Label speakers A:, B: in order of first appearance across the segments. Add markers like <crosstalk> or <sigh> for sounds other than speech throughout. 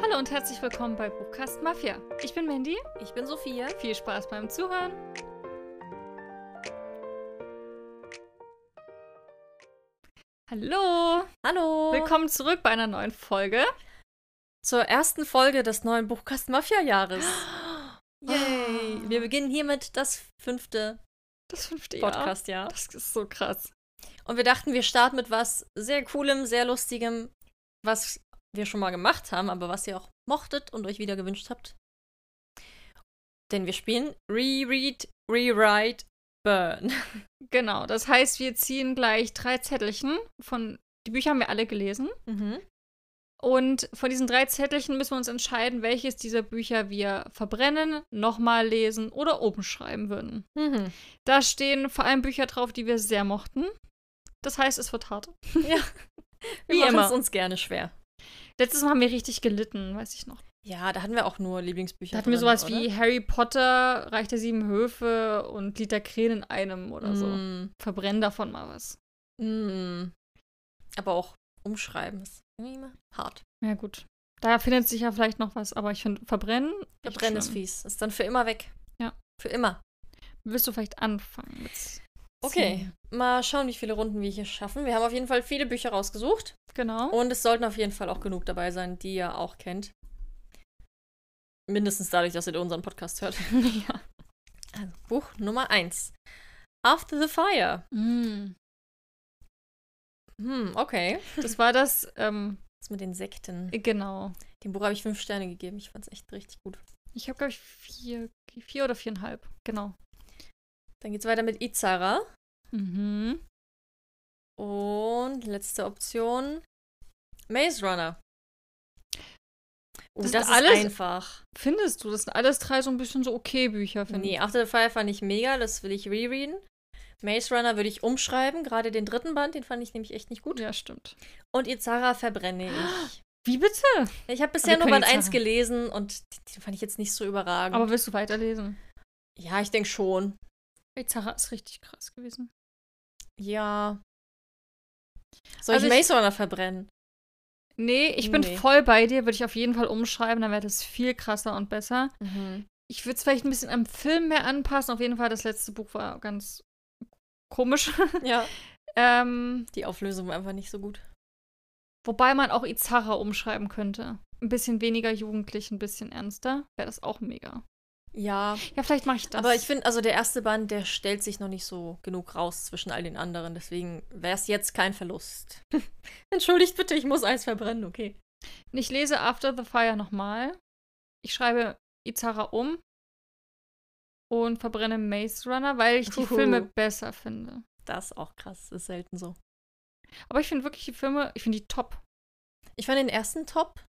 A: Hallo und herzlich willkommen bei Buchkast Mafia. Ich bin Mandy.
B: Ich bin Sophia.
A: Viel Spaß beim Zuhören. Hallo,
B: Hallo.
A: willkommen zurück bei einer neuen Folge.
B: zur ersten Folge des neuen Buchkasten Mafia Jahres.
A: <gasps>
B: Ah.
A: Yay.
B: Wir beginnen hiermit das fünfte
A: Das fünfte Jahr.
B: Podcast-Jahr.
A: Das ist so krass.
B: Und wir dachten, wir starten mit was sehr coolem, sehr lustigem, was wir schon mal gemacht haben, aber was ihr auch mochtet und euch wieder gewünscht habt. Denn wir spielen Reread, Rewrite, Burn.
A: Genau, das heißt, wir ziehen gleich drei Zettelchen von. Die Bücher haben wir alle gelesen. Mhm. Und von diesen drei Zettelchen müssen wir uns entscheiden, welches dieser Bücher wir verbrennen, nochmal lesen oder oben schreiben würden.
B: Mhm.
A: Da stehen vor allem Bücher drauf, die wir sehr mochten. Das heißt, es wird
B: <laughs>
A: hart. <laughs> Wie
B: Wir machen
A: immer.
B: es uns gerne schwer.
A: Letztes Mal haben wir richtig gelitten, weiß ich noch.
B: Ja, da hatten wir auch nur Lieblingsbücher.
A: Da hatten wir
B: drin,
A: sowas
B: oder?
A: wie Harry Potter, Reich der Sieben Höfe und Lied der Krähen in einem oder so.
B: Mm.
A: Verbrenn davon mal was.
B: Mm. Aber auch umschreiben ist irgendwie immer hart.
A: Ja, gut. Da findet sich ja vielleicht noch was, aber ich finde, verbrennen. echt
B: Verbrennen ist
A: schlimm.
B: fies. Ist dann für immer weg.
A: Ja.
B: Für immer.
A: Willst du vielleicht anfangen? Mit
B: Okay.
A: Ziehen?
B: Mal schauen, wie viele Runden wir hier schaffen. Wir haben auf jeden Fall viele Bücher rausgesucht.
A: Genau.
B: Und es sollten auf jeden Fall auch genug dabei sein, die ihr auch kennt. Mindestens dadurch, dass ihr unseren Podcast hört.
A: <laughs> ja.
B: Also Buch Nummer 1. After the Fire.
A: Mm.
B: Hm, okay.
A: Das war das, ähm,
B: Das mit den Sekten.
A: genau.
B: Dem Buch habe ich fünf Sterne gegeben. Ich fand es echt richtig gut.
A: Ich habe, glaube ich, vier, vier oder viereinhalb. Genau.
B: Dann geht's weiter mit Izara.
A: Mhm.
B: Und letzte Option. Maze Runner. Oh,
A: Das
B: das,
A: sind
B: ist
A: alles-
B: einfach.
A: Findest du, das sind alles drei so ein bisschen so okay Bücher, finde
B: Nee,
A: ich.
B: After the Fire fand ich mega, das will ich rereaden. Maze Runner würde ich umschreiben, gerade den dritten Band, den fand ich nämlich echt nicht gut.
A: Ja, stimmt.
B: Und Izara verbrenne ich.
A: Wie bitte?
B: Ich habe bisher
A: wir
B: nur
A: können
B: Band 1
A: Izara.
B: gelesen und den fand ich jetzt nicht so überragend.
A: Aber willst du weiterlesen?
B: ja, ich denke schon.
A: Ey, Zara ist richtig krass gewesen.
B: Ja. Soll
A: Also
B: ich
A: ich-
B: Maze Runner verbrennen?
A: Nee, ich bin
B: Nee.
A: voll bei dir, würde ich auf jeden Fall umschreiben, dann wäre das viel krasser und besser.
B: Mhm.
A: Ich würde es vielleicht ein bisschen am Film mehr anpassen. Auf jeden Fall, das letzte Buch war ganz komisch. <laughs>
B: Ja.
A: ähm,
B: <laughs> Die Auflösung war einfach nicht so gut.
A: wobei man auch Izara umschreiben könnte. Ein bisschen weniger jugendlich, ein bisschen ernster. Wäre das auch mega.
B: Ja.
A: Ja, vielleicht mache ich das.
B: Aber ich finde, also der erste Band, der stellt sich noch nicht so genug raus zwischen all den anderen. Deswegen wäre es jetzt kein Verlust. <laughs> Entschuldigt bitte, ich muss eins verbrennen, okay.
A: Ich lese After the Fire nochmal. Ich schreibe Izara um und verbrenne Maze Runner, weil ich die
B: Uhu.
A: Filme besser finde.
B: Das ist auch krass, ist selten so.
A: Aber ich finde wirklich die Filme, ich finde die top.
B: Ich fand den ersten top.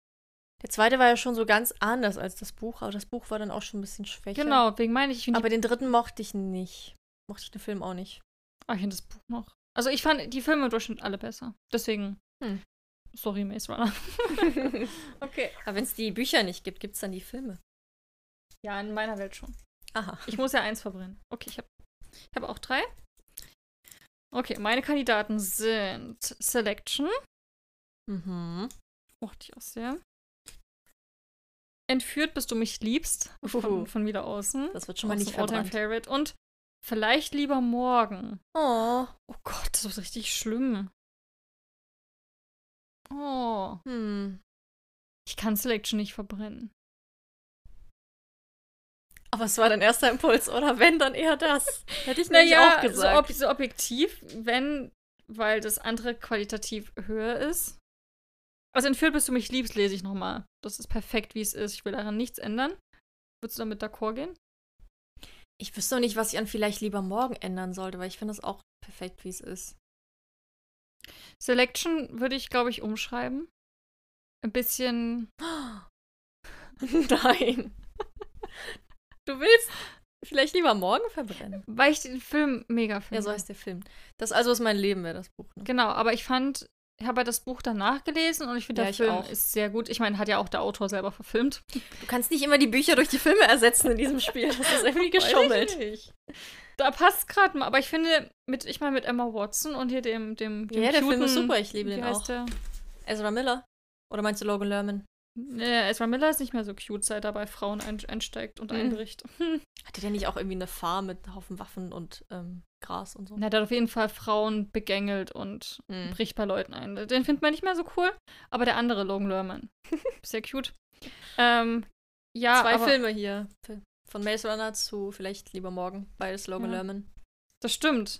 B: Der zweite war ja schon so ganz anders als das Buch, aber das Buch war dann auch schon ein bisschen schwächer.
A: Genau, deswegen meine ich, ich finde die-
B: Aber den dritten mochte ich nicht. Mochte ich den Film
A: <laughs>
B: auch nicht.
A: Ah, ich finde das Buch noch. Also ich fand die Filme im Durchschnitt alle besser. Deswegen.
B: Hm.
A: Sorry, Maze Runner.
B: okay. Aber wenn es die Bücher nicht gibt, gibt es dann die Filme.
A: Ja, in meiner Welt schon.
B: Aha.
A: Ich muss ja eins verbrennen. Okay, ich habe ich hab auch drei. Okay, meine Kandidaten sind Selection.
B: Mhm.
A: Mochte ich auch sehr. Entführt, bis du mich liebst. Von,
B: Uhuhu.
A: von wieder außen.
B: Das wird schon mal
A: Aus
B: nicht
A: dem All-Time
B: verbrannt.
A: Favorite. Und vielleicht lieber morgen.
B: Oh.
A: Oh Gott, das ist richtig schlimm. Oh.
B: Hm.
A: Ich kann Selection nicht verbrennen.
B: Aber es war dein erster Impuls, oder wenn, dann eher das. <laughs> Hätte ich nämlich
A: Naja,
B: auch
A: so, ob,
B: gesagt.
A: so objektiv, wenn, weil das andere qualitativ höher ist. Also entführt, bis du mich liebst, lese ich nochmal. Das ist perfekt, wie es ist. Ich will daran nichts ändern. Würdest du damit d'accord gehen?
B: ich wüsste noch nicht, was ich an vielleicht lieber morgen ändern sollte, weil ich finde das auch perfekt, wie es ist. <laughs>
A: Selection würde ich, glaube ich, umschreiben. Ein bisschen.
B: Nein. Du willst vielleicht lieber morgen verbrennen.
A: Weil ich den Film mega finde.
B: Ja, so heißt der Film. Das also ist mein Leben, wäre das Buch. Ne?
A: Genau, aber ich fand. Ich habe ja das Buch danach gelesen und ich finde,
B: Ja,
A: der
B: ich
A: Film
B: auch.
A: ist sehr gut. Ich meine, hat ja auch der Autor selber verfilmt.
B: Du kannst nicht immer die Bücher durch die Filme ersetzen in diesem Spiel. Das ist <laughs> irgendwie geschummelt.
A: Weiß ich nicht. Da passt gerade mal. Aber ich finde, mit, ich meine, mit Emma Watson und hier dem. dem, dem
B: Ja, der Film
A: cuten-
B: ist super, ich liebe
A: wie
B: den
A: heißt
B: auch.
A: Der?
B: Ezra Miller. Oder meinst du Logan Lerman?
A: Äh, Ezra Miller ist nicht mehr so cute, seit er bei Frauen ein einsteigt und
B: Mhm.
A: einbricht.
B: Hatte der nicht auch irgendwie eine Farm mit Haufen Waffen und ähm, Gras und so?
A: Er hat auf jeden Fall Frauen begängelt und
B: Mhm.
A: bricht bei Leuten ein. Den findet man nicht mehr so cool, aber der andere Logan
B: <laughs>
A: Lerman. Sehr cute. Ähm, ja,
B: Zwei
A: aber
B: Filme hier. Von Maze Runner zu vielleicht lieber morgen. Beides Logan
A: Ja.
B: Lerman.
A: das stimmt.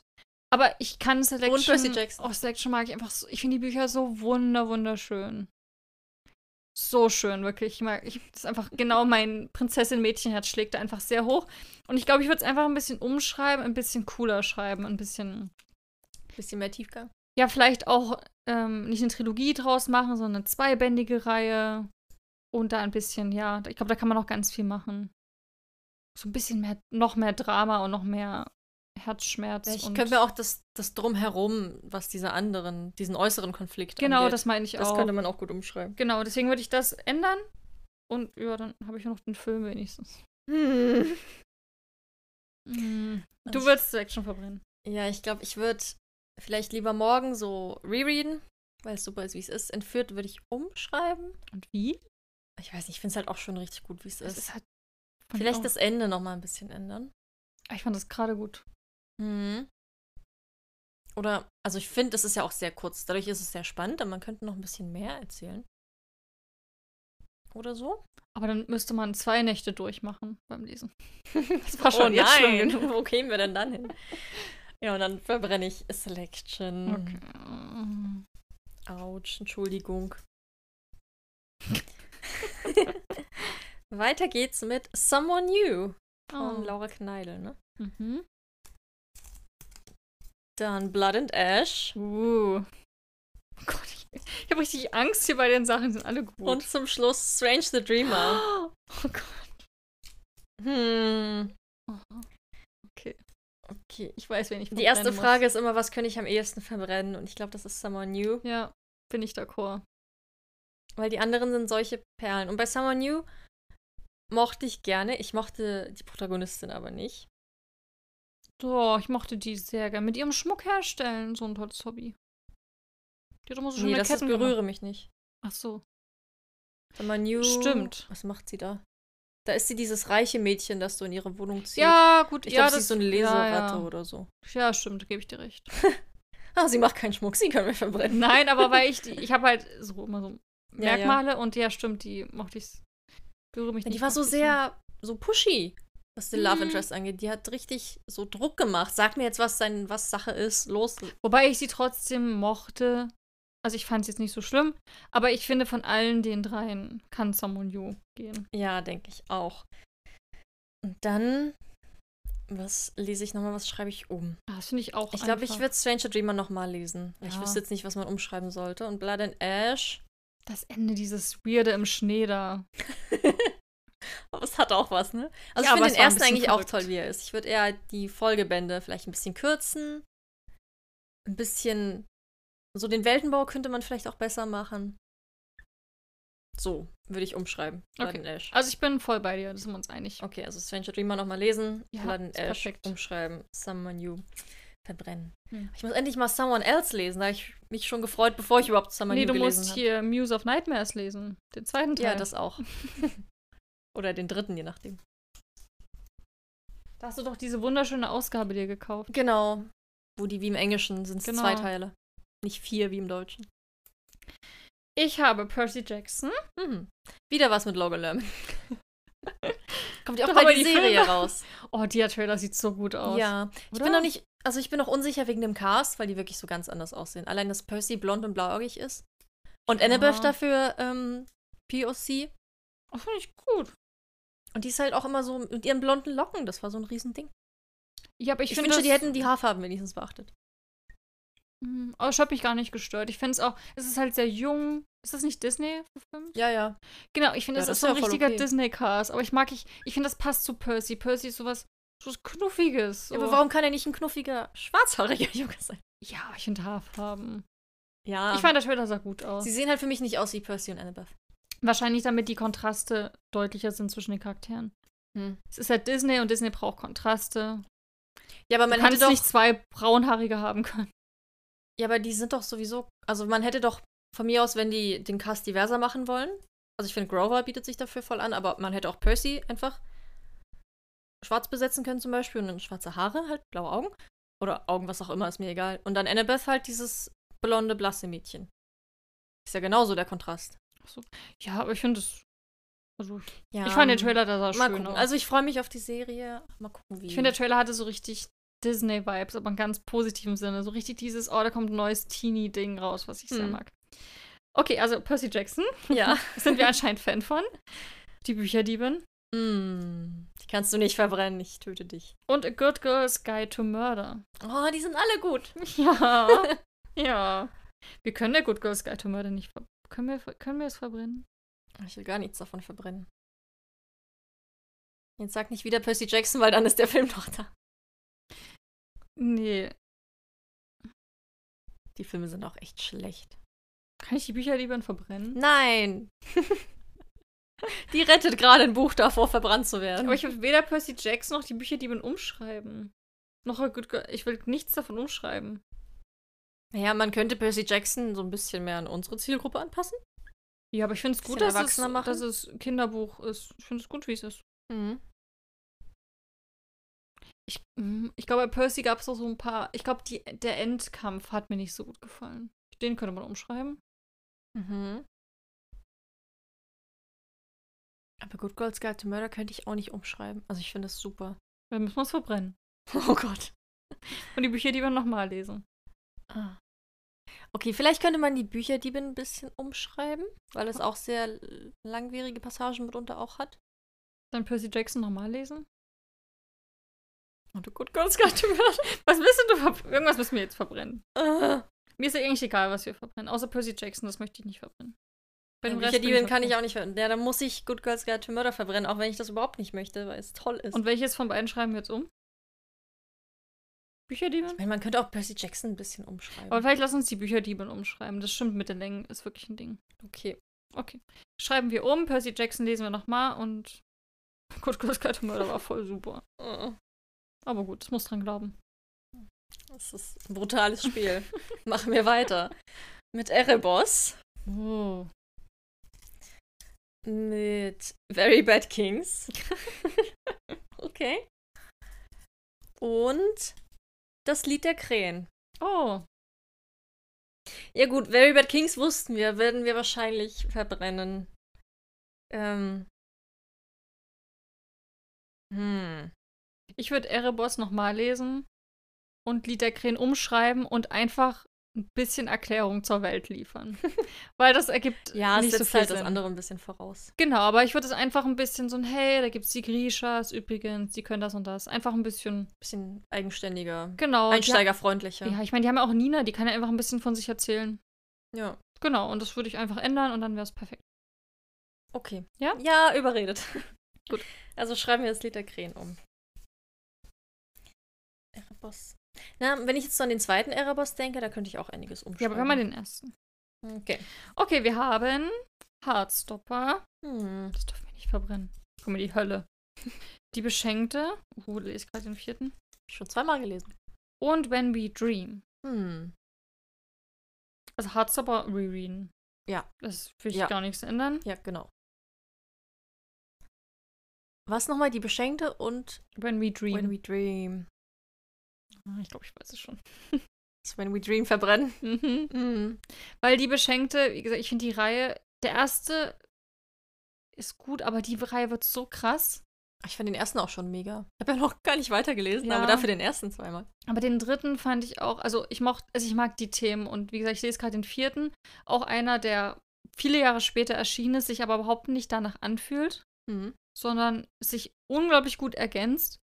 A: Aber ich kann Selection.
B: Und Percy Jackson.
A: Oh, Selection mag ich einfach so. Ich finde die Bücher so wunder, wunderschön. So schön, wirklich. Ich mag, ich, das ist einfach genau mein Prinzessin-Mädchenherz schlägt da einfach sehr hoch. Und ich glaube, ich würde es einfach ein bisschen umschreiben, ein bisschen cooler schreiben, ein bisschen.
B: Bisschen mehr Tiefgang.
A: ja, vielleicht auch ähm, nicht eine Trilogie draus machen, sondern eine zweibändige Reihe. Und da ein bisschen, ja, ich glaube, da kann man noch ganz viel machen. So ein bisschen mehr, noch mehr Drama und noch mehr Herzschmerz.
B: Ich
A: und
B: könnte mir auch das, das Drumherum, was diese anderen, diesen äußeren Konflikt
A: genau,
B: angeht.
A: das meine ich
B: das
A: auch.
B: könnte man auch gut umschreiben.
A: Genau, deswegen würde ich das ändern. Und ja, dann habe ich noch den Film wenigstens.
B: Hm.
A: Du
B: Also-
A: würdest Action verbrennen.
B: Ja, ich glaube, ich würde vielleicht lieber morgen so rereaden, weil es super ist, wie es ist. Entführt würde ich umschreiben.
A: Und wie?
B: Ich weiß nicht, ich finde es halt auch schon richtig gut, wie es
A: Das
B: ist.
A: ist halt. fand ich
B: Vielleicht
A: auch- Ah,
B: das Ende nochmal ein bisschen ändern.
A: Ich fand das gerade gut.
B: Mhm. Oder, also ich finde, es ist ja auch sehr kurz. Dadurch ist es sehr spannend, aber man könnte noch ein bisschen mehr erzählen. Oder so?
A: Aber dann müsste man zwei Nächte durchmachen beim Lesen.
B: <laughs> Das
A: war schon jetzt schlimm genug.
B: Oh <laughs> Wo kämen wir denn dann hin? Ja, und dann verbrenne ich Selection.
A: Okay.
B: Autsch, Entschuldigung. <laughs> Weiter geht's mit Someone New von
A: Oh.
B: Laura Kneidel, ne?
A: Mhm.
B: Dann Blood and Ash
A: Uh. Oh Gott, ich, ich habe richtig Angst hier bei den Sachen, die sind alle gut.
B: und zum Schluss Strange the Dreamer.
A: <gasps> oh Gott.
B: Hm.
A: Oh. Okay, ich weiß, wen ich
B: Die erste
A: verbrennen muss.
B: Frage ist immer, was könnte ich am ehesten verbrennen? Und ich glaube, das ist Summer New,
A: Ja, bin ich d'accord.
B: weil die anderen sind solche Perlen. Und bei Summer New mochte ich gerne. Ich mochte die Protagonistin aber nicht.
A: So, ich mochte die sehr gern. Mit ihrem Schmuck herstellen, so ein tolles Hobby. Die hat immer so schöne
B: nee, das ist
A: Ketten
B: berühre
A: gemacht.
B: mich nicht.
A: Ach so.
B: Summer New.
A: Stimmt.
B: Was macht sie da? Da ist sie dieses reiche Mädchen, das so in ihre Wohnung zieht.
A: Ja, gut.
B: ich
A: ja,
B: glaube, sie ist so eine Leseratte oder so.
A: Ja, ja. ja stimmt, gebe ich dir <laughs> recht.
B: Ah, sie macht keinen Schmuck, sie können wir verbrennen.
A: Nein, aber weil ich die, ich habe halt so immer so
B: Ja, ja.
A: Merkmale und ja, stimmt, die mochte ich. Berühre mich
B: Die
A: nicht,
B: war so
A: mochte ich
B: sehr so pushy, was den Love
A: Mhm.
B: Interest angeht. Die hat richtig so Druck gemacht. Sag mir jetzt, was sein, was Sache ist. Los.
A: Wobei ich sie trotzdem mochte. Also ich fand es jetzt nicht so schlimm, aber ich finde von allen den dreien kann Samonyu gehen.
B: Ja, denke ich auch. Und dann, was lese ich nochmal, was schreibe ich um?
A: Ah, Das finde ich auch.
B: Ich glaube, ich
A: einfach.
B: würde Stranger Dreamer nochmal lesen. Ich
A: Ja.
B: wüsste jetzt nicht, was man umschreiben sollte. Und Blood and Ash,
A: das Ende dieses weirde im Schnee da.
B: aber es hat auch was, ne? Also
A: Ja, aber
B: ich finde
A: es
B: den
A: war ein
B: ersten
A: bisschen
B: eigentlich auch
A: verrückt.
B: toll, wie er ist. Ich würde eher die Folgebände vielleicht ein bisschen kürzen. Ein bisschen, so den Weltenbau könnte man vielleicht auch besser machen. So, würde ich umschreiben. Blood
A: Okay.
B: and Ash.
A: Also ich bin voll bei dir, da sind wir uns einig.
B: Okay, also Stranger Dreamer nochmal lesen,
A: Ja,
B: Blood
A: ist
B: Ash
A: perfekt.
B: umschreiben, Someone New verbrennen.
A: Hm.
B: Ich muss endlich mal Someone Else lesen, da habe ich mich schon gefreut, bevor ich überhaupt Someone
A: nee,
B: New
A: du
B: gelesen
A: musst
B: habe.
A: hier Muse of Nightmares lesen, den zweiten Teil.
B: Ja, das auch.
A: <laughs>
B: Oder den dritten, je nachdem.
A: da hast du doch diese wunderschöne Ausgabe dir gekauft.
B: Genau. Wo die wie im Englischen sind es
A: Genau.
B: zwei Teile. Nicht vier wie im Deutschen.
A: Ich habe Percy Jackson.
B: Mhm. Wieder was mit
A: <laughs>
B: Logan Lerman. Kommt ja auch
A: Doch,
B: bald
A: aber
B: die
A: die
B: Serie
A: Filme-
B: raus.
A: Oh, der Trailer sieht so gut aus.
B: Ja. Ich bin
A: Oder?
B: noch nicht, also ich bin noch unsicher wegen dem Cast, weil die wirklich so ganz anders aussehen. Allein, dass Percy blond und blauäugig ist. Und Annabeth
A: Ja.
B: dafür ähm, POC.
A: Oh, finde ich gut.
B: Und die ist halt auch immer so mit ihren blonden Locken. Das war so ein Riesending.
A: Ja, aber ich,
B: Ich,
A: finde
B: wünsche,
A: das-
B: die hätten die Haarfarben wenigstens beachtet.
A: Mhm. Aber es hat mich gar nicht gestört. Ich finde es auch, es ist halt sehr jung. Ist das nicht Disney verfilmt?
B: Ja, ja.
A: Genau, ich finde,
B: Ja,
A: das, ist
B: das ist
A: so ein
B: ja voll
A: richtiger
B: okay.
A: Disney-Cast. Aber ich mag, ich, ich finde, das passt zu Percy. Percy ist sowas, sowas Knuffiges. So.
B: Aber warum kann er nicht ein knuffiger, schwarzhaariger <laughs> Junge sein?
A: Ja, aber ich finde Haarfarben.
B: Ja.
A: Ich fand, der Trailer sah gut aus.
B: Ah. sie sehen halt für mich nicht aus wie Percy und Annabeth.
A: Wahrscheinlich damit die Kontraste deutlicher sind zwischen den Charakteren.
B: Hm.
A: Es ist halt Disney und Disney braucht Kontraste.
B: Ja, aber
A: Man
B: man
A: kann
B: hätte
A: es
B: doch.
A: nicht zwei braunhaarige haben können. <laughs>
B: Ja, aber die sind doch sowieso. Also man hätte doch von mir aus, wenn die den Cast diverser machen wollen, Also ich finde, Grover bietet sich dafür voll an, aber man hätte auch Percy einfach schwarz besetzen können zum Beispiel und dann schwarze Haare, halt blaue Augen. Oder Augen, was auch immer, ist mir egal. Und dann Annabeth halt dieses blonde, blasse Mädchen. Ist ja genauso der Kontrast.
A: Ja, aber ich finde es. Also,
B: Ja,
A: ich fand den Trailer da sah
B: mal
A: schön
B: gucken.
A: aus.
B: Also ich freue mich auf die Serie. Mal gucken, wie.
A: ich finde, der Trailer hatte so richtig Disney-Vibes, aber in ganz positivem Sinne. So richtig dieses, oh, da kommt ein neues Teenie-Ding raus, was ich sehr
B: Hm.
A: mag. Okay, also Percy Jackson
B: ja.
A: sind wir anscheinend Fan von. Die Bücherdiebin. <laughs>
B: Mm, die kannst du nicht verbrennen, ich töte dich.
A: Und A Good Girl's Guide to Murder.
B: Oh, die sind alle gut.
A: Ja. <laughs> ja. Wir können der Good Girl's Guide to Murder nicht ver können wir, ver- können wir es verbrennen?
B: Ich will gar nichts davon verbrennen. Jetzt sag nicht wieder Percy Jackson, weil dann ist der Film noch da.
A: Nee.
B: Die Filme sind auch echt schlecht.
A: Kann ich die Bücherdiebin verbrennen?
B: Nein! <laughs> die rettet gerade ein Buch davor, verbrannt zu werden.
A: Aber ich will weder Percy Jackson noch die Bücherdiebin umschreiben. Noch A Good Girl. Ich will nichts davon umschreiben.
B: naja, man könnte Percy Jackson so ein bisschen mehr an unsere Zielgruppe anpassen.
A: Ja, aber ich finde es
B: Bisschen
A: gut, dass es,
B: erwachsener machen.
A: dass es Kinderbuch ist. Ich finde es gut, wie es ist. Ich, mm, ich glaube, bei Percy gab es auch so ein paar. Ich glaube, die- der Endkampf hat mir nicht so gut gefallen. Den könnte man umschreiben.
B: Mhm. Aber Good Girls Guide to Murder könnte ich auch nicht umschreiben. Also ich finde das super. <laughs>
A: Dann müssen wir es verbrennen.
B: Oh Gott.
A: Und die Bücher, die wir nochmal lesen.
B: Ah. Okay, vielleicht könnte man die Bücherdiebin ein bisschen umschreiben, weil es auch sehr l- langwierige Passagen mitunter auch hat.
A: Dann Percy Jackson nochmal <laughs> lesen.
B: Und du gut kannst gerade hören.
A: Was müssen du? verb- Irgendwas müssen wir jetzt verbrennen.
B: Ah.
A: Mir ist ja eigentlich egal, was wir verbrennen. Außer Percy Jackson, das möchte ich nicht verbrennen. Bei
B: Ja,
A: dem Rest bin
B: Bücherdiebin kann ich
A: okay.
B: auch nicht verbrennen. Ja, dann muss ich Good Girls Guide to Murder verbrennen, auch wenn ich das überhaupt nicht möchte, weil es toll ist.
A: Und welches von beiden schreiben wir jetzt um? Bücherdiebin?
B: ich meine, man könnte auch Percy Jackson ein bisschen umschreiben.
A: Aber vielleicht lass uns die Bücherdiebin umschreiben. Das stimmt mit den Längen, ist wirklich ein Ding.
B: okay.
A: Okay. Schreiben wir um, Percy Jackson lesen wir nochmal und <laughs> Good Girls Guide to Murder war voll super.
B: Ah.
A: Aber gut, ich muss dran glauben.
B: Das ist ein brutales Spiel. Machen wir weiter. Mit Erebos,
A: Oh.
B: mit Very Bad <laughs> Kings. Okay. Und das Lied der Krähen.
A: Oh.
B: Ja gut, Very Bad Kings wussten wir, werden wir wahrscheinlich verbrennen. Ähm. Hm.
A: Ich würde Erebos nochmal lesen und Lied der Krähen umschreiben und einfach ein bisschen Erklärung zur Welt
B: <laughs>
A: liefern. Weil das ergibt
B: Ja, es
A: nicht so
B: setzt
A: viel
B: halt das
A: Sinn.
B: andere ein bisschen voraus.
A: Genau, aber ich würde es einfach ein bisschen so ein, hey, da gibt es die Grishas übrigens, die können das und das. Einfach ein bisschen,
B: Bisschen eigenständiger,
A: genau. die-
B: einsteigerfreundlicher.
A: Ja, ich meine, die haben ja auch Nina, die kann ja einfach ein bisschen von sich erzählen.
B: ja.
A: Genau, und das würde ich einfach ändern und dann wäre es perfekt.
B: Okay.
A: Ja?
B: Ja, überredet.
A: <laughs> Gut.
B: Also schreiben wir das Lied der Krähen um. Erebos. Na, wenn ich jetzt so an den zweiten Erebos denke, da könnte ich auch einiges
A: Ja,
B: umschreiben.
A: aber wir haben mal den ersten.
B: den. Okay.
A: Okay, wir haben Hardstopper.
B: Hm.
A: Das dürfen wir nicht verbrennen. Guck mal, die Hölle. <laughs> Die Beschenkte. Uh, lese ich gerade den vierten.
B: Schon zweimal gelesen.
A: Und When We Dream.
B: Hm.
A: Also Hardstopper rereaden.
B: Ja.
A: Das will ich
B: Ja.
A: gar nichts ändern.
B: Ja, genau. Was nochmal? Die Beschenkte und
A: When We Dream.
B: When We Dream.
A: Ah, ich glaube, ich weiß es schon. <laughs>
B: Das When We Dream verbrennen.
A: Mhm.
B: Hm.
A: Weil die Beschenkte, wie gesagt, ich finde die Reihe, der erste ist gut, aber die Reihe wird so krass.
B: Ich fand den ersten auch schon mega. Ich habe ja noch gar nicht weitergelesen,
A: Ja.
B: aber dafür den ersten zweimal.
A: Aber den dritten fand ich auch, also ich mochte, also ich mag die Themen und wie gesagt, ich lese gerade den vierten, auch einer, der viele Jahre später erschienen ist, sich aber überhaupt nicht danach anfühlt,
B: Hm.
A: sondern sich unglaublich gut ergänzt.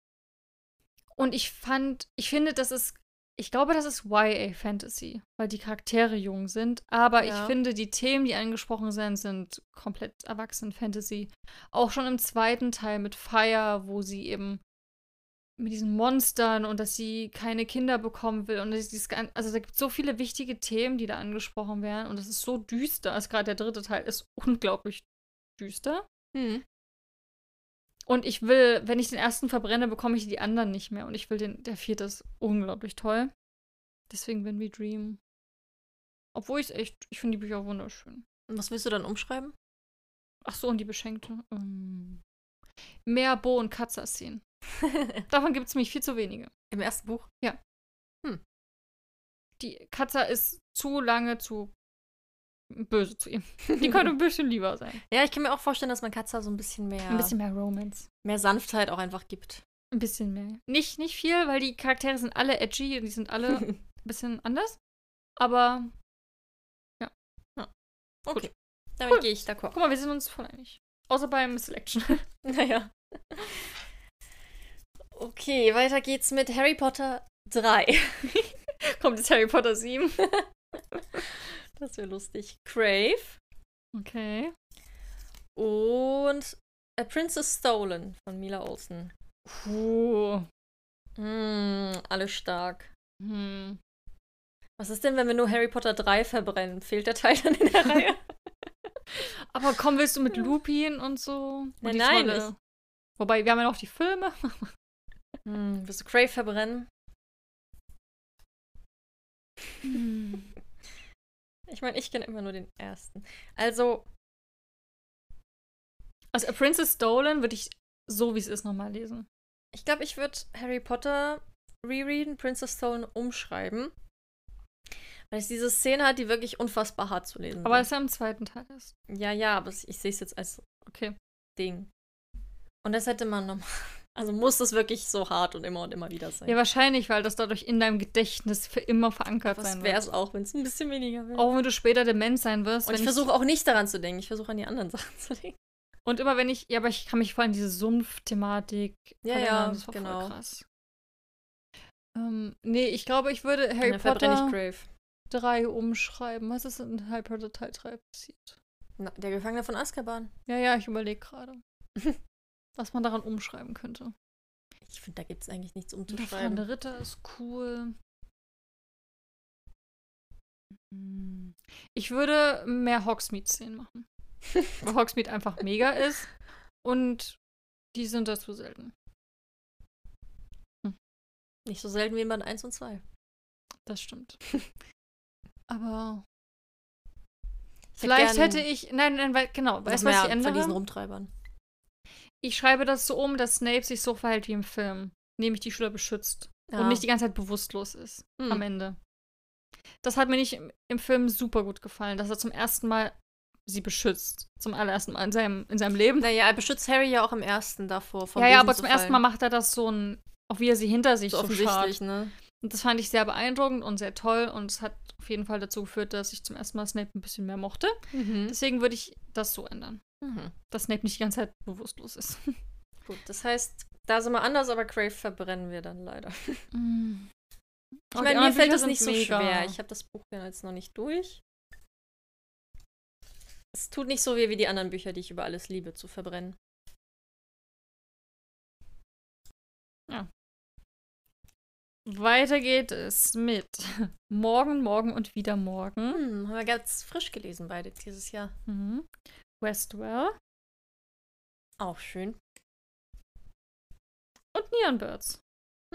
A: Und ich fand, ich finde, das ist, ich glaube, das ist YA Fantasy, weil die Charaktere jung sind, aber
B: Ja.
A: ich finde, die Themen, die angesprochen sind, sind komplett erwachsenen Fantasy. Auch schon im zweiten Teil mit Fire, wo sie eben mit diesen Monstern und dass sie keine Kinder bekommen will. Und das- dieses, gan- also da gibt es so viele wichtige Themen, die da angesprochen werden. Und das ist so düster. Also gerade der dritte Teil ist <laughs> unglaublich düster.
B: Hm.
A: Und ich will, wenn ich den ersten verbrenne, bekomme ich die anderen nicht mehr. Und ich will den, der vierte ist unglaublich toll. Deswegen When We Dream. Obwohl ich es echt, ich finde die Bücher wunderschön. <laughs>
B: Und was willst du dann umschreiben?
A: Ach so, und die Beschenkte. Ähm. Mehr Bo und Katzer szenen Davon gibt es nämlich viel zu wenige.
B: Im ersten Buch?
A: Die Katzer ist zu lange zu böse zu ihm. Die
B: <laughs>
A: könnte ein bisschen lieber sein.
B: Ja, ich kann mir auch vorstellen, dass man Katza so ein bisschen mehr,
A: Ein bisschen mehr Romance.
B: mehr Sanftheit auch einfach <laughs> gibt.
A: Ein bisschen mehr. Nicht, nicht viel, weil die Charaktere sind alle edgy und die sind
B: <laughs>
A: alle ein bisschen anders. Aber
B: okay. Damit
A: Cool.
B: gehe ich d'accord.
A: guck mal, wir sind uns voll einig. Außer beim Selection.
B: <laughs>
A: <laughs>
B: Naja. Okay, weiter geht's mit Harry Potter 3. <laughs>
A: Kommt jetzt Harry Potter 7.
B: Das wäre lustig. Crave
A: Okay.
B: und A Princess Stolen von Mila Olsen.
A: Puh.
B: Mm, alle stark.
A: Hm.
B: Was ist denn, wenn wir nur Harry Potter 3 verbrennen? Fehlt der Teil dann in der Reihe?
A: Aber komm, willst du mit Lupin und so? Und
B: Nein,
A: die
B: nein,
A: Trolle? Wobei, wir haben ja noch die Filme.
B: <laughs> Hm, willst du Crave verbrennen? Hm. Ich meine, ich kenne immer nur den ersten. Also,
A: Also, A Princess Stolen würde ich so, wie es ist, nochmal lesen.
B: ich glaube, ich würde Harry Potter rereaden, Princess Stone umschreiben. Weil es diese Szene hat, die wirklich unfassbar hart zu lesen
A: Aber
B: sind.
A: es ja im zweiten Teil ist.
B: Ja, ja, aber ich sehe es jetzt als
A: Okay.
B: Ding. Und das hätte man nochmal. <laughs> Also muss das wirklich so hart und immer und immer wieder sein.
A: Ja, wahrscheinlich, weil das dadurch in deinem Gedächtnis für immer verankert
B: Was
A: sein
B: wäre
A: wird.
B: es auch, wenn es ein bisschen weniger wäre?
A: Auch wenn du später dement sein wirst.
B: und
A: wenn
B: ich versuche auch nicht daran zu denken. Ich versuche an die anderen <laughs> Sachen zu denken.
A: Und immer wenn ich, ja, aber ich kann mich vor allem diese Sumpfthematik.
B: Ja,
A: erinnern,
B: ja,
A: das war
B: genau.
A: Voll krass. Ähm, nee, ich glaube, ich würde Harry
B: Dann verbrenne ich
A: Potter
B: Grave.
A: 3 umschreiben. Was ist in Harry Potter Teil 3 passiert?
B: Na, der Gefangene von Azkaban.
A: Ja, ja, ich überlege
B: <laughs>
A: gerade. was man daran umschreiben könnte.
B: Ich finde, da gibt es eigentlich nichts
A: Der
B: umzuschreiben.
A: fahrende Ritter ist cool. Hm. Ich würde mehr Hogsmeade-Szenen
B: <laughs>
A: machen. Weil Hogsmeade einfach mega ist. Und die sind dazu selten.
B: Nicht so selten wie man 1 und 2.
A: Das
B: <laughs>
A: stimmt. Aber
B: Ich
A: vielleicht
B: gern
A: hätte ich. Nein, nein, weil, genau.
B: noch
A: Weißt du,
B: mehr
A: was ich
B: Von diesen
A: ändere?
B: Rumtreibern.
A: Ich schreibe das so um, dass Snape sich so verhält wie im Film. Nämlich die Schüler beschützt.
B: Ja.
A: Und nicht die ganze Zeit bewusstlos ist.
B: Hm.
A: Am Ende. Das hat mir nicht im, im Film super gut gefallen, dass er zum ersten Mal sie beschützt. Zum allerersten Mal in seinem, in seinem Leben.
B: Naja, er beschützt Harry ja auch im ersten davor. Vom
A: ja, ja,
B: Besen
A: aber
B: zu
A: zum ersten Mal
B: fallen.
A: macht er das so ein. Auch wie er sie hinter sich
B: so
A: so,
B: offensichtlich,
A: schart.
B: ne?
A: Und das fand ich sehr beeindruckend und sehr toll. Und es hat auf jeden Fall dazu geführt, dass ich zum ersten Mal Snape ein bisschen mehr mochte.
B: Mhm.
A: Deswegen würde ich das so ändern,
B: Mhm.
A: dass Snape nicht die ganze Zeit bewusstlos ist. <laughs>
B: Gut, das heißt, da sind wir anders, aber Crave verbrennen wir dann leider.
A: ich
B: Mhm.
A: Oh,
B: Ich meine, mir fällt das nicht so schwer. Ich habe das Buch ja jetzt noch nicht durch. Es tut nicht so weh wie die anderen Bücher, die ich über alles liebe, zu verbrennen.
A: Weiter geht es mit <laughs> Morgen, Morgen und wieder Morgen.
B: Hm, haben wir ganz frisch gelesen beide dieses Jahr.
A: Mhm. Westwell
B: Auch schön.
A: und Neon Birds.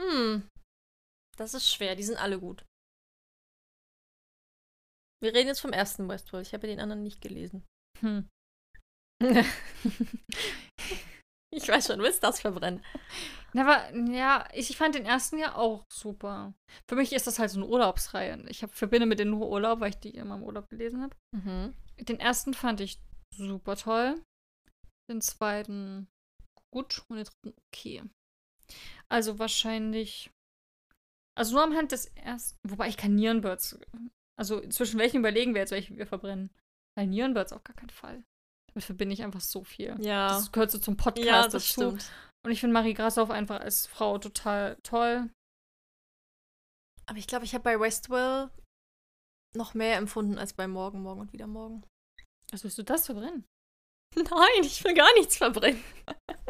B: Hm. Das ist schwer, die sind alle gut. Wir reden jetzt vom ersten Westworld. Ich habe ja den anderen nicht <laughs> gelesen.
A: Hm.
B: Ich weiß schon, du willst das verbrennen.
A: Na, aber, ja, ich, ich fand den ersten ja auch super. Für mich ist das halt so eine Urlaubsreihe. Ich hab, verbinde mit denen nur Urlaub, weil ich die immer im Urlaub gelesen habe.
B: Mhm.
A: Den ersten fand ich super toll. Den zweiten gut und den dritten okay. Also wahrscheinlich. Also nur am Hand des ersten. Wobei ich kann Nierenbirds. Also zwischen welchen überlegen wir jetzt, welchen wir verbrennen? Weil Nierenbirds auf gar keinen Fall. Damit verbinde ich einfach so viel.
B: Ja.
A: Das gehört so zum Podcast
B: ja, das,
A: dazu.
B: stimmt.
A: Und ich finde Marie Grassoff einfach als Frau total toll.
B: Aber ich glaube, ich habe bei Westwell noch mehr empfunden als bei Morgen, Morgen und wieder Morgen.
A: Was willst du das verbrennen?
B: <laughs> Nein, ich will gar nichts verbrennen. <laughs>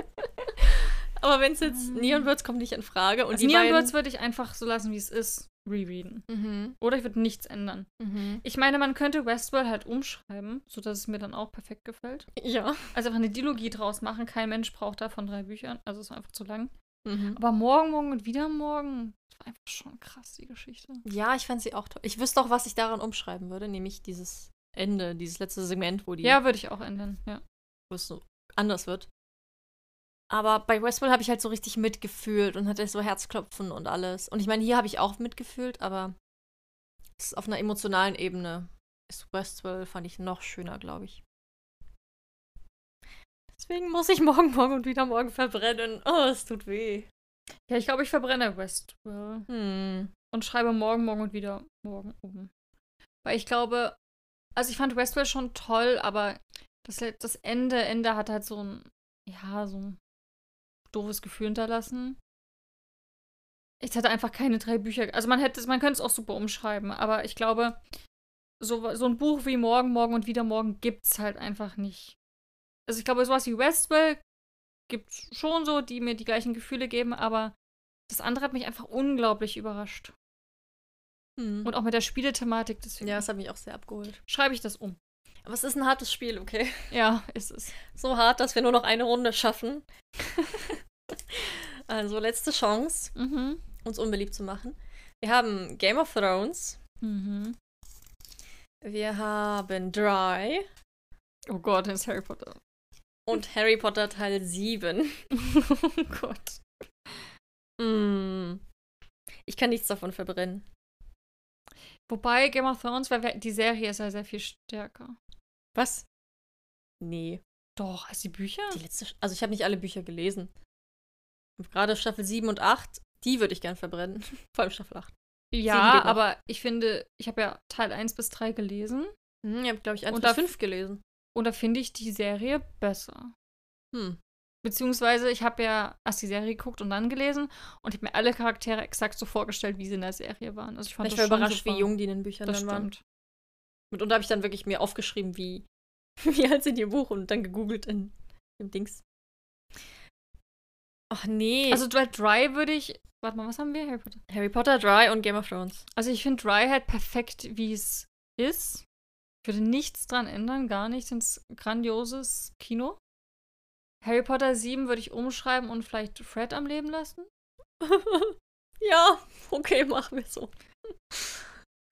B: Aber wenn es jetzt
A: Mm.
B: Neon Birds kommt nicht in Frage und
A: Also
B: die
A: Nierenbirds würde ich einfach so lassen, wie es ist, rereaden.
B: beiden.
A: Oder ich würde nichts ändern.
B: mhm.
A: Ich meine, man könnte Westworld halt umschreiben, sodass es mir dann auch perfekt gefällt.
B: Ja.
A: Also einfach eine Dilogie draus machen. Kein Mensch braucht davon drei Büchern. Also ist einfach zu lang.
B: Mhm.
A: Aber morgen, morgen und wieder morgen. Das war einfach schon krass, die Geschichte.
B: Ja, ich fand sie auch toll. Ich wüsste auch, was ich daran umschreiben würde, nämlich dieses Ende, dieses letzte Segment, wo die
A: Ja, würde ich auch ändern. Ja.
B: wo es so anders wird. Aber bei Westworld habe ich halt so richtig mitgefühlt und hatte so Herzklopfen und alles. Und ich meine, hier habe ich auch mitgefühlt, aber es ist auf einer emotionalen Ebene ist Westworld, fand ich, noch schöner, glaube ich. Deswegen muss ich morgen, morgen und wieder morgen verbrennen. Oh, es tut weh.
A: Ja, ich glaube, ich verbrenne Westworld.
B: Hm.
A: und schreibe morgen, morgen und wieder morgen oben. Weil ich glaube, also ich fand Westworld schon toll, aber das, Let- das Ende, Ende hat halt so ein, ja, so ein doofes Gefühl hinterlassen. Ich hatte einfach keine drei Bücher. Also man hätte, es- man könnte es auch super umschreiben, aber ich glaube, so, so ein Buch wie Morgen, Morgen und wieder Morgen gibt's halt einfach nicht. Also ich glaube, sowas wie Westworld gibt's schon so, die mir die gleichen Gefühle geben, aber das andere hat mich einfach unglaublich überrascht.
B: Hm.
A: Und auch mit der Spielethematik, deswegen
B: ja, es hat mich auch sehr abgeholt.
A: schreibe ich das um.
B: Aber es ist ein hartes Spiel, okay?
A: Ja, ist es.
B: So hart, dass wir nur noch eine Runde schaffen. <laughs> also letzte Chance,
A: Mhm.
B: uns unbeliebt zu machen. Wir haben Game of Thrones.
A: Mhm.
B: Wir haben Dry
A: Oh Gott, das ist Harry Potter. <laughs>
B: <laughs> und Harry Potter Teil 7.
A: oh Gott.
B: Mm. Ich kann nichts davon verbrennen.
A: Wobei Game of Thrones, weil wir- die Serie ist ja sehr viel stärker.
B: Was? Nee.
A: Doch, hast du die Bücher?
B: Die letzte, Sch- also ich habe nicht alle Bücher gelesen. Und Gerade Staffel 7 und 8, die würde ich gern verbrennen. <laughs> Vor allem Staffel 8. Sieben
A: ja,
B: geht noch.
A: aber ich finde, ich habe ja Teil 1 bis 3 gelesen
B: Hm, ich habe, glaube ich, 1
A: Und
B: bis
A: da-
B: 5 gelesen.
A: und da finde ich die Serie besser.
B: Hm.
A: Beziehungsweise, ich habe ja erst die Serie geguckt und dann gelesen und ich habe mir alle Charaktere exakt so vorgestellt, wie sie in der Serie waren. Also ich fand
B: ich war
A: das schon
B: überrascht,
A: super.
B: wie jung die in den Büchern
A: das
B: dann waren.
A: stimmt.
B: Und, und da habe ich dann wirklich mir aufgeschrieben, wie, <laughs> wie alt sind ihr Buch und dann gegoogelt in dem Dings. Ach nee.
A: Also bei Dry würde ich. Warte mal, was haben wir? Harry Potter.
B: Harry Potter, Dry und Game of Thrones.
A: Also ich finde Dry halt perfekt, wie es ist. Ich würde nichts dran ändern, gar nichts. Ins grandioses Kino. Harry Potter 7 würde ich umschreiben und vielleicht Fred am Leben lassen.
B: <laughs> ja, okay, machen wir so. <laughs>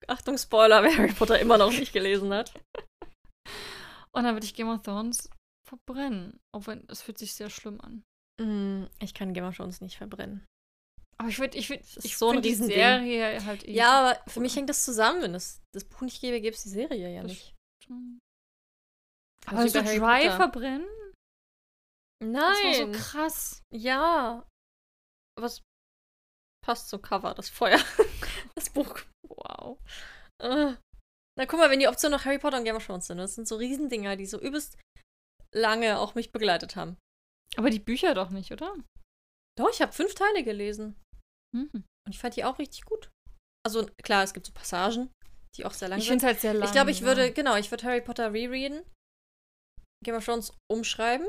B: Achtung, Spoiler, wer Harry Potter immer noch nicht gelesen hat.
A: Und dann würde ich Game of Thrones verbrennen. Auch wenn, es fühlt sich sehr schlimm an.
B: Mm, Ich kann Game of Thrones nicht verbrennen.
A: Aber ich würde, ich würde,
B: ist
A: ich
B: so ein
A: find die
B: Riesending.
A: Serie halt eh
B: Ja, aber für mich hängt das zusammen. Wenn es das Buch nicht gäbe, gäbe es die Serie ja
A: Das
B: nicht.
A: schon-
B: Also
A: Aber so
B: wie bei Harry
A: Dry
B: Potter.
A: verbrennen? Das war so
B: Nein.
A: krass.
B: Ja. Was passt zum Cover,
A: <laughs>
B: das Feuer. Das Buch.
A: Wow.
B: Äh. Na guck mal, wenn die Option noch Harry Potter und Game of Thrones sind, ne? das sind so Riesendinger, die so übelst lange auch mich begleitet haben.
A: Aber die Bücher doch nicht, oder?
B: Doch, ich habe fünf Teile gelesen.
A: Mhm.
B: Und ich fand die auch richtig gut. Also klar, es gibt so Passagen, die auch sehr lang
A: Ich
B: sind.
A: finde es halt sehr lang.
B: ich glaube, ich
A: ja.
B: würde, genau, ich würde Harry Potter rereaden, Game of Thrones umschreiben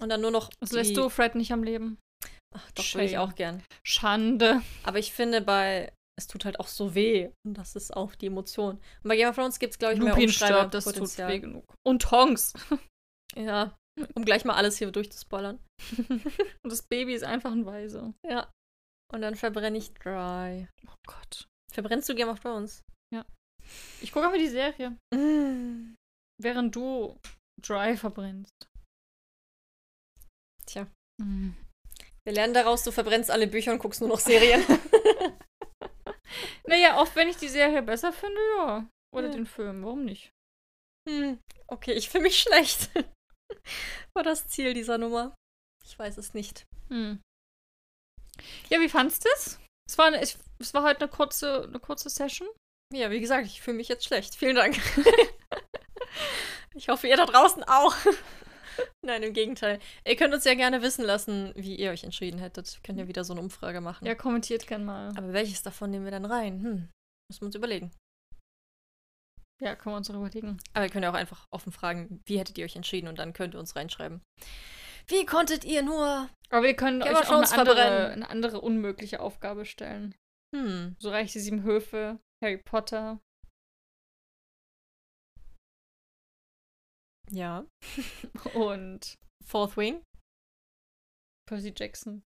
B: und dann nur noch.
A: Das
B: die-
A: Also lässt du Fred nicht am Leben.
B: Ach, doch, würde ich
A: Shame.
B: auch gern.
A: Schande.
B: Aber ich finde bei, es tut halt auch so weh. Und das ist auch die Emotion. Und bei Game of Thrones gibt es, glaube ich, mehr
A: Lupin stirbt, das tut
B: Umschreiberpotenzial.
A: weh genug. Und Tongs.
B: Ja, um gleich mal alles hier durchzuspoilern.
A: Und das Baby ist einfach ein Weise.
B: Ja. Und dann verbrenne ich Dry.
A: Oh Gott.
B: Verbrennst du Game of Thrones?
A: Ich gucke aber die Serie, Mm. während du Dry verbrennst.
B: Tja.
A: Mhm.
B: Wir lernen daraus, du verbrennst alle Bücher und guckst nur noch Serien.
A: <laughs> Naja, oft wenn ich die Serie besser finde, ja. Oder
B: Ja.
A: den Film, warum nicht?
B: Hm, okay, ich fühle mich <laughs> schlecht. War das Ziel dieser Nummer? Ich weiß es nicht.
A: Hm. Ja, wie fandst du es? Es war, eine- ich- es war heute eine kurze, eine kurze Session.
B: Hm. Ja, wie gesagt, ich fühle mich jetzt schlecht. Vielen Dank. <laughs> ich hoffe, ihr da draußen auch. <laughs> Nein, im Gegenteil. Ihr könnt uns ja gerne wissen lassen, wie ihr euch entschieden hättet. Wir können ja wieder so eine Umfrage machen.
A: Ja, kommentiert gern mal.
B: Aber welches davon nehmen wir dann rein? Hm, müssen wir uns überlegen.
A: Ja, können wir uns darüber überlegen.
B: Aber ihr könnt ja auch einfach offen fragen, wie hättet ihr euch entschieden und dann könnt ihr uns reinschreiben. Wie konntet ihr nur?
A: Aber wir können
B: Game
A: euch
B: of
A: auch
B: Thrones
A: eine andere,
B: verbrennen.
A: eine andere unmögliche Aufgabe stellen.
B: Hm.
A: So Reich die Sieben Höfe, Harry Potter.
B: Ja.
A: und
B: Fourth Wing?
A: Percy Jackson.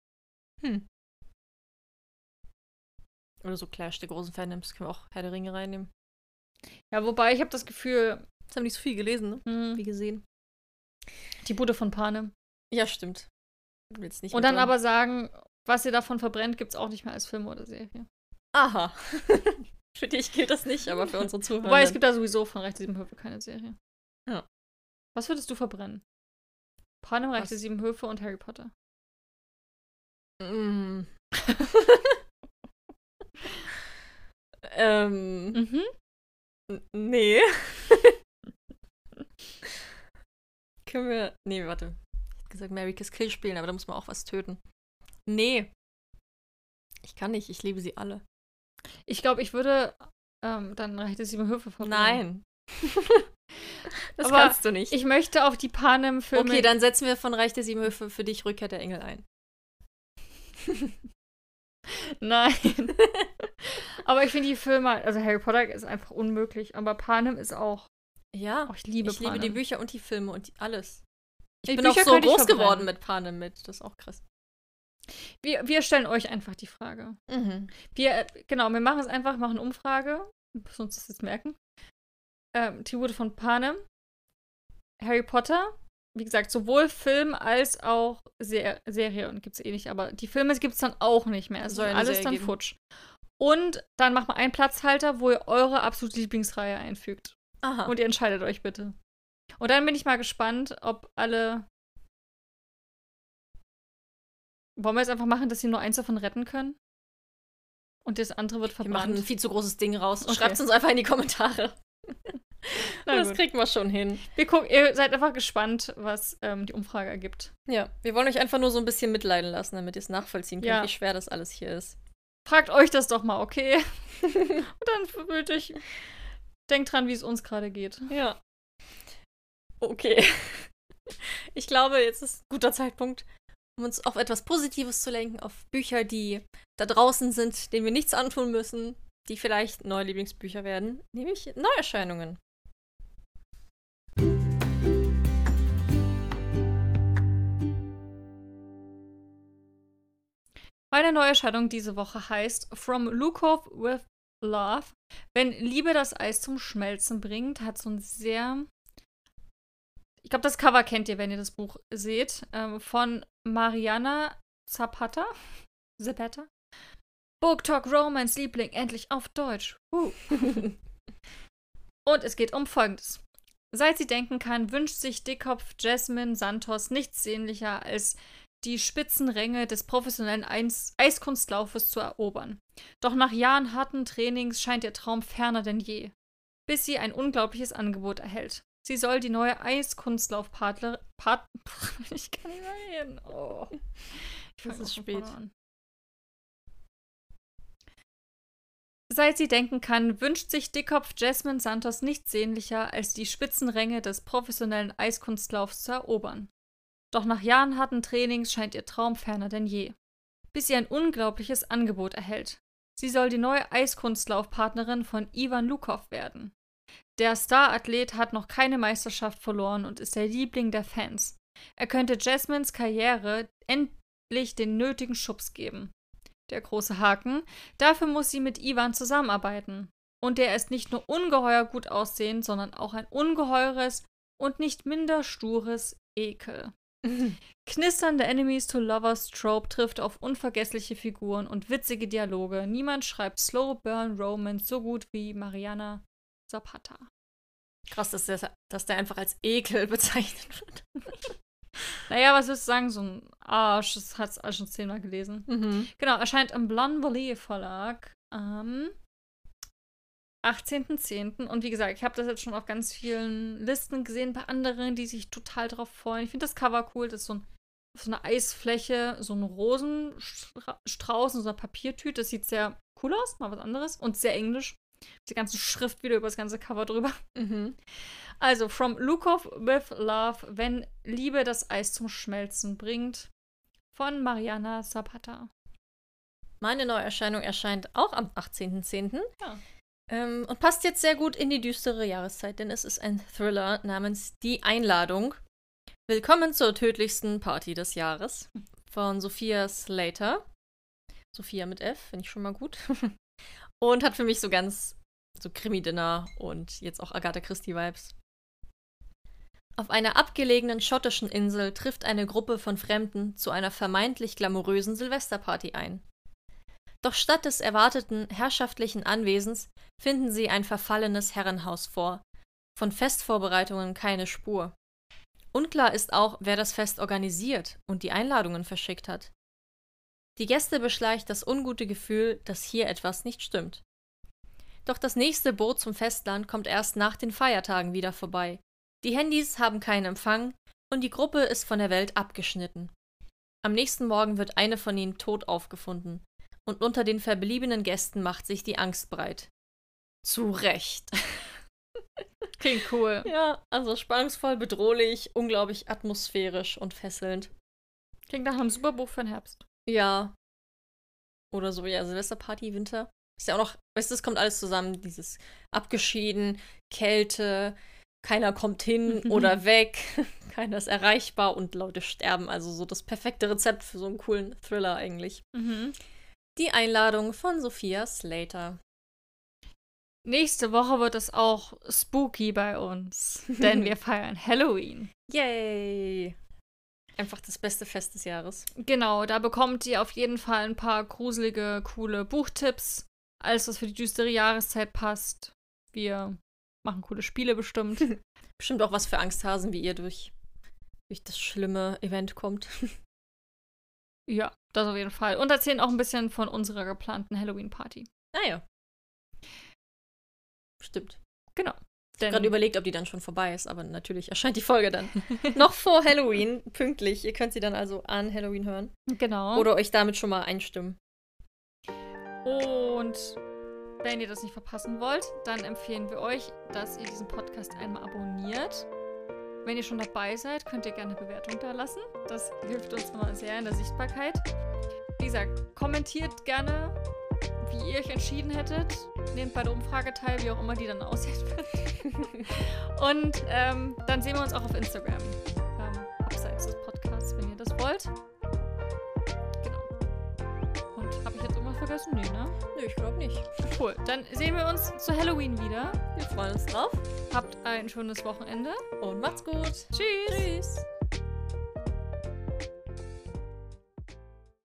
B: Oder so Clash der großen Fandoms. Können wir auch Herr der Ringe reinnehmen.
A: Ja, wobei ich habe das Gefühl,
B: Das haben nicht so viel gelesen, ne?
A: hm,
B: Wie gesehen.
A: Die Bude von Panem.
B: Ja, stimmt. Will's nicht
A: Und dann
B: mitmachen.
A: aber sagen, was ihr davon verbrennt, gibt's auch nicht mehr als Film oder Serie.
B: Aha. <laughs> für dich gilt das nicht, aber für unsere Zuhörer.
A: Wobei es gibt da sowieso von Reich der Sieben Höfe keine Serie.
B: Ja.
A: Was würdest du verbrennen? Panem, Reich
B: Was?
A: der Sieben Höfe und Harry Potter.
B: Mm. <laughs> ähm,
A: Mhm.
B: n- nee. <laughs> Können wir. Nee, warte. Ich hätte gesagt, Mary Kiss Kill spielen, aber da muss man auch was töten. Nee. Ich kann nicht, ich liebe sie alle.
A: Ich glaube, ich würde ähm, dann Reich der Sieben Höfe verbrennen.
B: Nein. <laughs> das
A: Aber
B: kannst du nicht.
A: Ich möchte auf die Panem-Filme.
B: okay, dann setzen wir von Reich der Sieben Höfe für dich Rückkehr der Engel ein. <laughs>
A: Nein. aber ich finde die Filme, also Harry Potter ist einfach unmöglich, aber Panem ist auch.
B: Ja.
A: Oh, ich liebe
B: ich liebe die
A: Panem.
B: Bücher und die Filme und die, alles. Ich
A: Die
B: bin
A: Bücher
B: auch so
A: könnte ich
B: groß geworden
A: verbrennen.
B: mit Panem mit. Das ist auch krass.
A: Wir, wir stellen euch einfach die Frage.
B: Mhm.
A: Wir, äh, genau, wir machen es einfach, machen eine Umfrage. Wir müssen uns das jetzt merken. Ähm, die Route von Panem. Harry Potter. Wie gesagt, sowohl Film als auch Ser Serie. Und gibt es eh nicht, aber die Filme gibt es dann auch nicht mehr. Es ist
B: Soll Also eine
A: alles
B: Serie
A: dann
B: geben.
A: futsch. Und dann macht man einen Platzhalter, wo ihr eure absolute Lieblingsreihe einfügt.
B: Aha.
A: Und ihr entscheidet euch bitte. Und dann bin ich mal gespannt, ob alle. Wollen wir jetzt einfach machen, dass sie nur eins davon retten können? Und das andere wird
B: wir machen ein
A: verbrannt.
B: viel zu großes Ding raus.
A: Okay.
B: Schreibt es uns einfach in die <laughs> Kommentare.
A: Na
B: das
A: gut.
B: kriegen wir schon hin.
A: Wir gucken, ihr seid einfach gespannt, was ähm, die Umfrage ergibt.
B: Ja, wir wollen euch einfach nur so ein bisschen mitleiden lassen, damit ihr es nachvollziehen könnt,
A: Ja.
B: wie schwer das alles hier ist.
A: Fragt euch das doch mal, okay? Und dann würde ich. Denkt dran, wie es uns gerade geht.
B: Ja. Okay. <laughs> Ich glaube, jetzt ist ein guter Zeitpunkt, um uns auf etwas Positives zu lenken, auf Bücher, die da draußen sind, denen wir nichts antun müssen, die vielleicht neue Lieblingsbücher werden, nämlich Neuerscheinungen.
A: Meine Neuerscheinung diese Woche heißt From Lukov with Love. Wenn Liebe das Eis zum Schmelzen bringt, hat so ein sehr. Ich glaube, das Cover kennt ihr, wenn ihr das Buch seht. Ähm, von Mariana Zapata. <laughs> Zapata. Book Talk Romance Liebling, endlich auf Deutsch. Huh. Und es geht um Folgendes. Seit sie denken kann, wünscht sich Dickkopf Jasmine Santos nichts sehnlicher als die Spitzenränge des professionellen Eis Eiskunstlaufes zu erobern. Doch nach Jahren harten Trainings scheint ihr Traum ferner denn je, bis sie ein unglaubliches Angebot erhält. Sie soll die neue Eiskunstlaufpartnerin. Part <laughs> ich kann nicht mehr reden. Oh. Ich
B: Das
A: fang
B: ist
A: auch von vorne
B: spät.
A: an. Seit sie denken kann, wünscht sich Dickkopf Jasmine Santos nichts sehnlicher, als die Spitzenränge des professionellen Eiskunstlaufs zu erobern. Doch nach Jahren harten Trainings scheint ihr Traum ferner denn je. Bis sie ein unglaubliches Angebot erhält. Sie soll die neue Eiskunstlaufpartnerin von Ivan Lukov werden. Der Starathlet hat noch keine Meisterschaft verloren und ist der Liebling der Fans. Er könnte Jasmines Karriere endlich den nötigen Schubs geben. Der große Haken, dafür muss sie mit Ivan zusammenarbeiten. Und der ist nicht nur ungeheuer gut aussehend, sondern auch ein ungeheures und nicht minder stures Ekel. Knisternde Enemies to Lovers Trope trifft auf unvergessliche Figuren und witzige Dialoge. Niemand schreibt Slow Burn Romance so gut wie Mariana Zapata.
B: Krass, dass der, dass der einfach als Ekel <laughs> bezeichnet wird.
A: Naja, was willst du sagen? So ein Arsch, das hat's auch schon zehnmal gelesen. Genau, erscheint im Blonde Valley Verlag am 18.10. Und wie gesagt, ich habe das jetzt schon auf ganz vielen Listen gesehen bei anderen, die sich total drauf freuen. Ich finde das Cover cool. Das ist so, ein, so eine Eisfläche, so ein Rosenstrauß in so einer Papiertüte. Das sieht sehr cool aus, mal was anderes. Und sehr englisch. Die ganze Schrift wieder über das ganze Cover drüber.
B: Mhm.
A: Also, From Lukov with Love, wenn Liebe das Eis zum Schmelzen bringt, von Mariana Zapata.
B: Meine Neuerscheinung erscheint auch am 18.10.
A: Ja.
B: Ähm, und passt jetzt sehr gut in die düstere Jahreszeit, denn es ist ein Thriller namens Die Einladung. Willkommen zur tödlichsten Party des Jahres von Sophia Slater. Sophia mit F, finde ich schon mal gut. <laughs> und hat für mich so ganz so Krimi-Dinner und jetzt auch Agatha Christie-Vibes. Auf einer abgelegenen schottischen Insel trifft eine Gruppe von Fremden zu einer vermeintlich glamourösen Silvesterparty ein. Doch statt des erwarteten herrschaftlichen Anwesens finden sie ein verfallenes Herrenhaus vor. Von Festvorbereitungen keine Spur. Unklar ist auch, wer das Fest organisiert und die Einladungen verschickt hat. Die Gäste beschleicht das ungute Gefühl, dass hier etwas nicht stimmt. Doch das nächste Boot zum Festland kommt erst nach den Feiertagen wieder vorbei. Die Handys haben keinen Empfang und die Gruppe ist von der Welt abgeschnitten. Am nächsten Morgen wird eine von ihnen tot aufgefunden und unter den verbliebenen Gästen macht sich die Angst breit. Zu Recht. <laughs>
A: Klingt cool.
B: Ja, also spannungsvoll, bedrohlich, unglaublich atmosphärisch und fesselnd.
A: Klingt nach einem super Buch für den Herbst.
B: Ja. Oder so, ja, Silvesterparty, Winter. Ist ja auch noch, weißt du, es kommt alles zusammen, dieses abgeschieden, Kälte, keiner kommt hin oder weg, <laughs> keiner ist erreichbar und Leute sterben. Also so das perfekte Rezept für so einen coolen Thriller eigentlich.
A: Mhm.
B: Die Einladung von Sophia Slater.
A: Nächste Woche wird es auch spooky bei
B: <laughs>
A: uns, denn wir feiern Halloween.
B: Yay! Einfach das beste Fest des Jahres.
A: Genau, da bekommt ihr auf jeden Fall ein paar gruselige, coole Buchtipps. Alles, was für die düstere Jahreszeit passt. Wir machen coole Spiele bestimmt.
B: <laughs> Bestimmt auch was für Angsthasen, wie ihr durch, durch das schlimme Event kommt. <laughs>
A: ja, das auf jeden Fall. Und erzählen auch ein bisschen von unserer geplanten Halloween-Party.
B: Naja. Ah Stimmt.
A: Genau.
B: Ich gerade überlegt, ob die dann schon vorbei ist, aber natürlich erscheint die Folge <laughs> dann noch vor Halloween pünktlich. Ihr könnt sie dann also an Halloween hören
A: genau.
B: oder euch damit schon mal einstimmen.
A: Und wenn ihr das nicht verpassen wollt, dann empfehlen wir euch, dass ihr diesen Podcast einmal abonniert. Wenn ihr schon dabei seid, könnt ihr gerne eine Bewertung da lassen. Das hilft uns immer sehr in der Sichtbarkeit. Wie gesagt, kommentiert gerne, wie ihr euch entschieden hättet. Nehmt bei der Umfrage teil, wie auch immer die dann aussehen wird. Und ähm, dann sehen wir uns auch auf Instagram. Ähm, abseits des Podcasts, wenn ihr das wollt. Genau. Und habe ich jetzt irgendwas vergessen? Nee, ne?
B: Nö, ich glaube nicht.
A: Cool, dann sehen wir uns zu Halloween wieder.
B: Wir freuen uns drauf
A: Habt ein schönes Wochenende.
B: und macht's gut.
A: Tschüss.
B: Tschüss.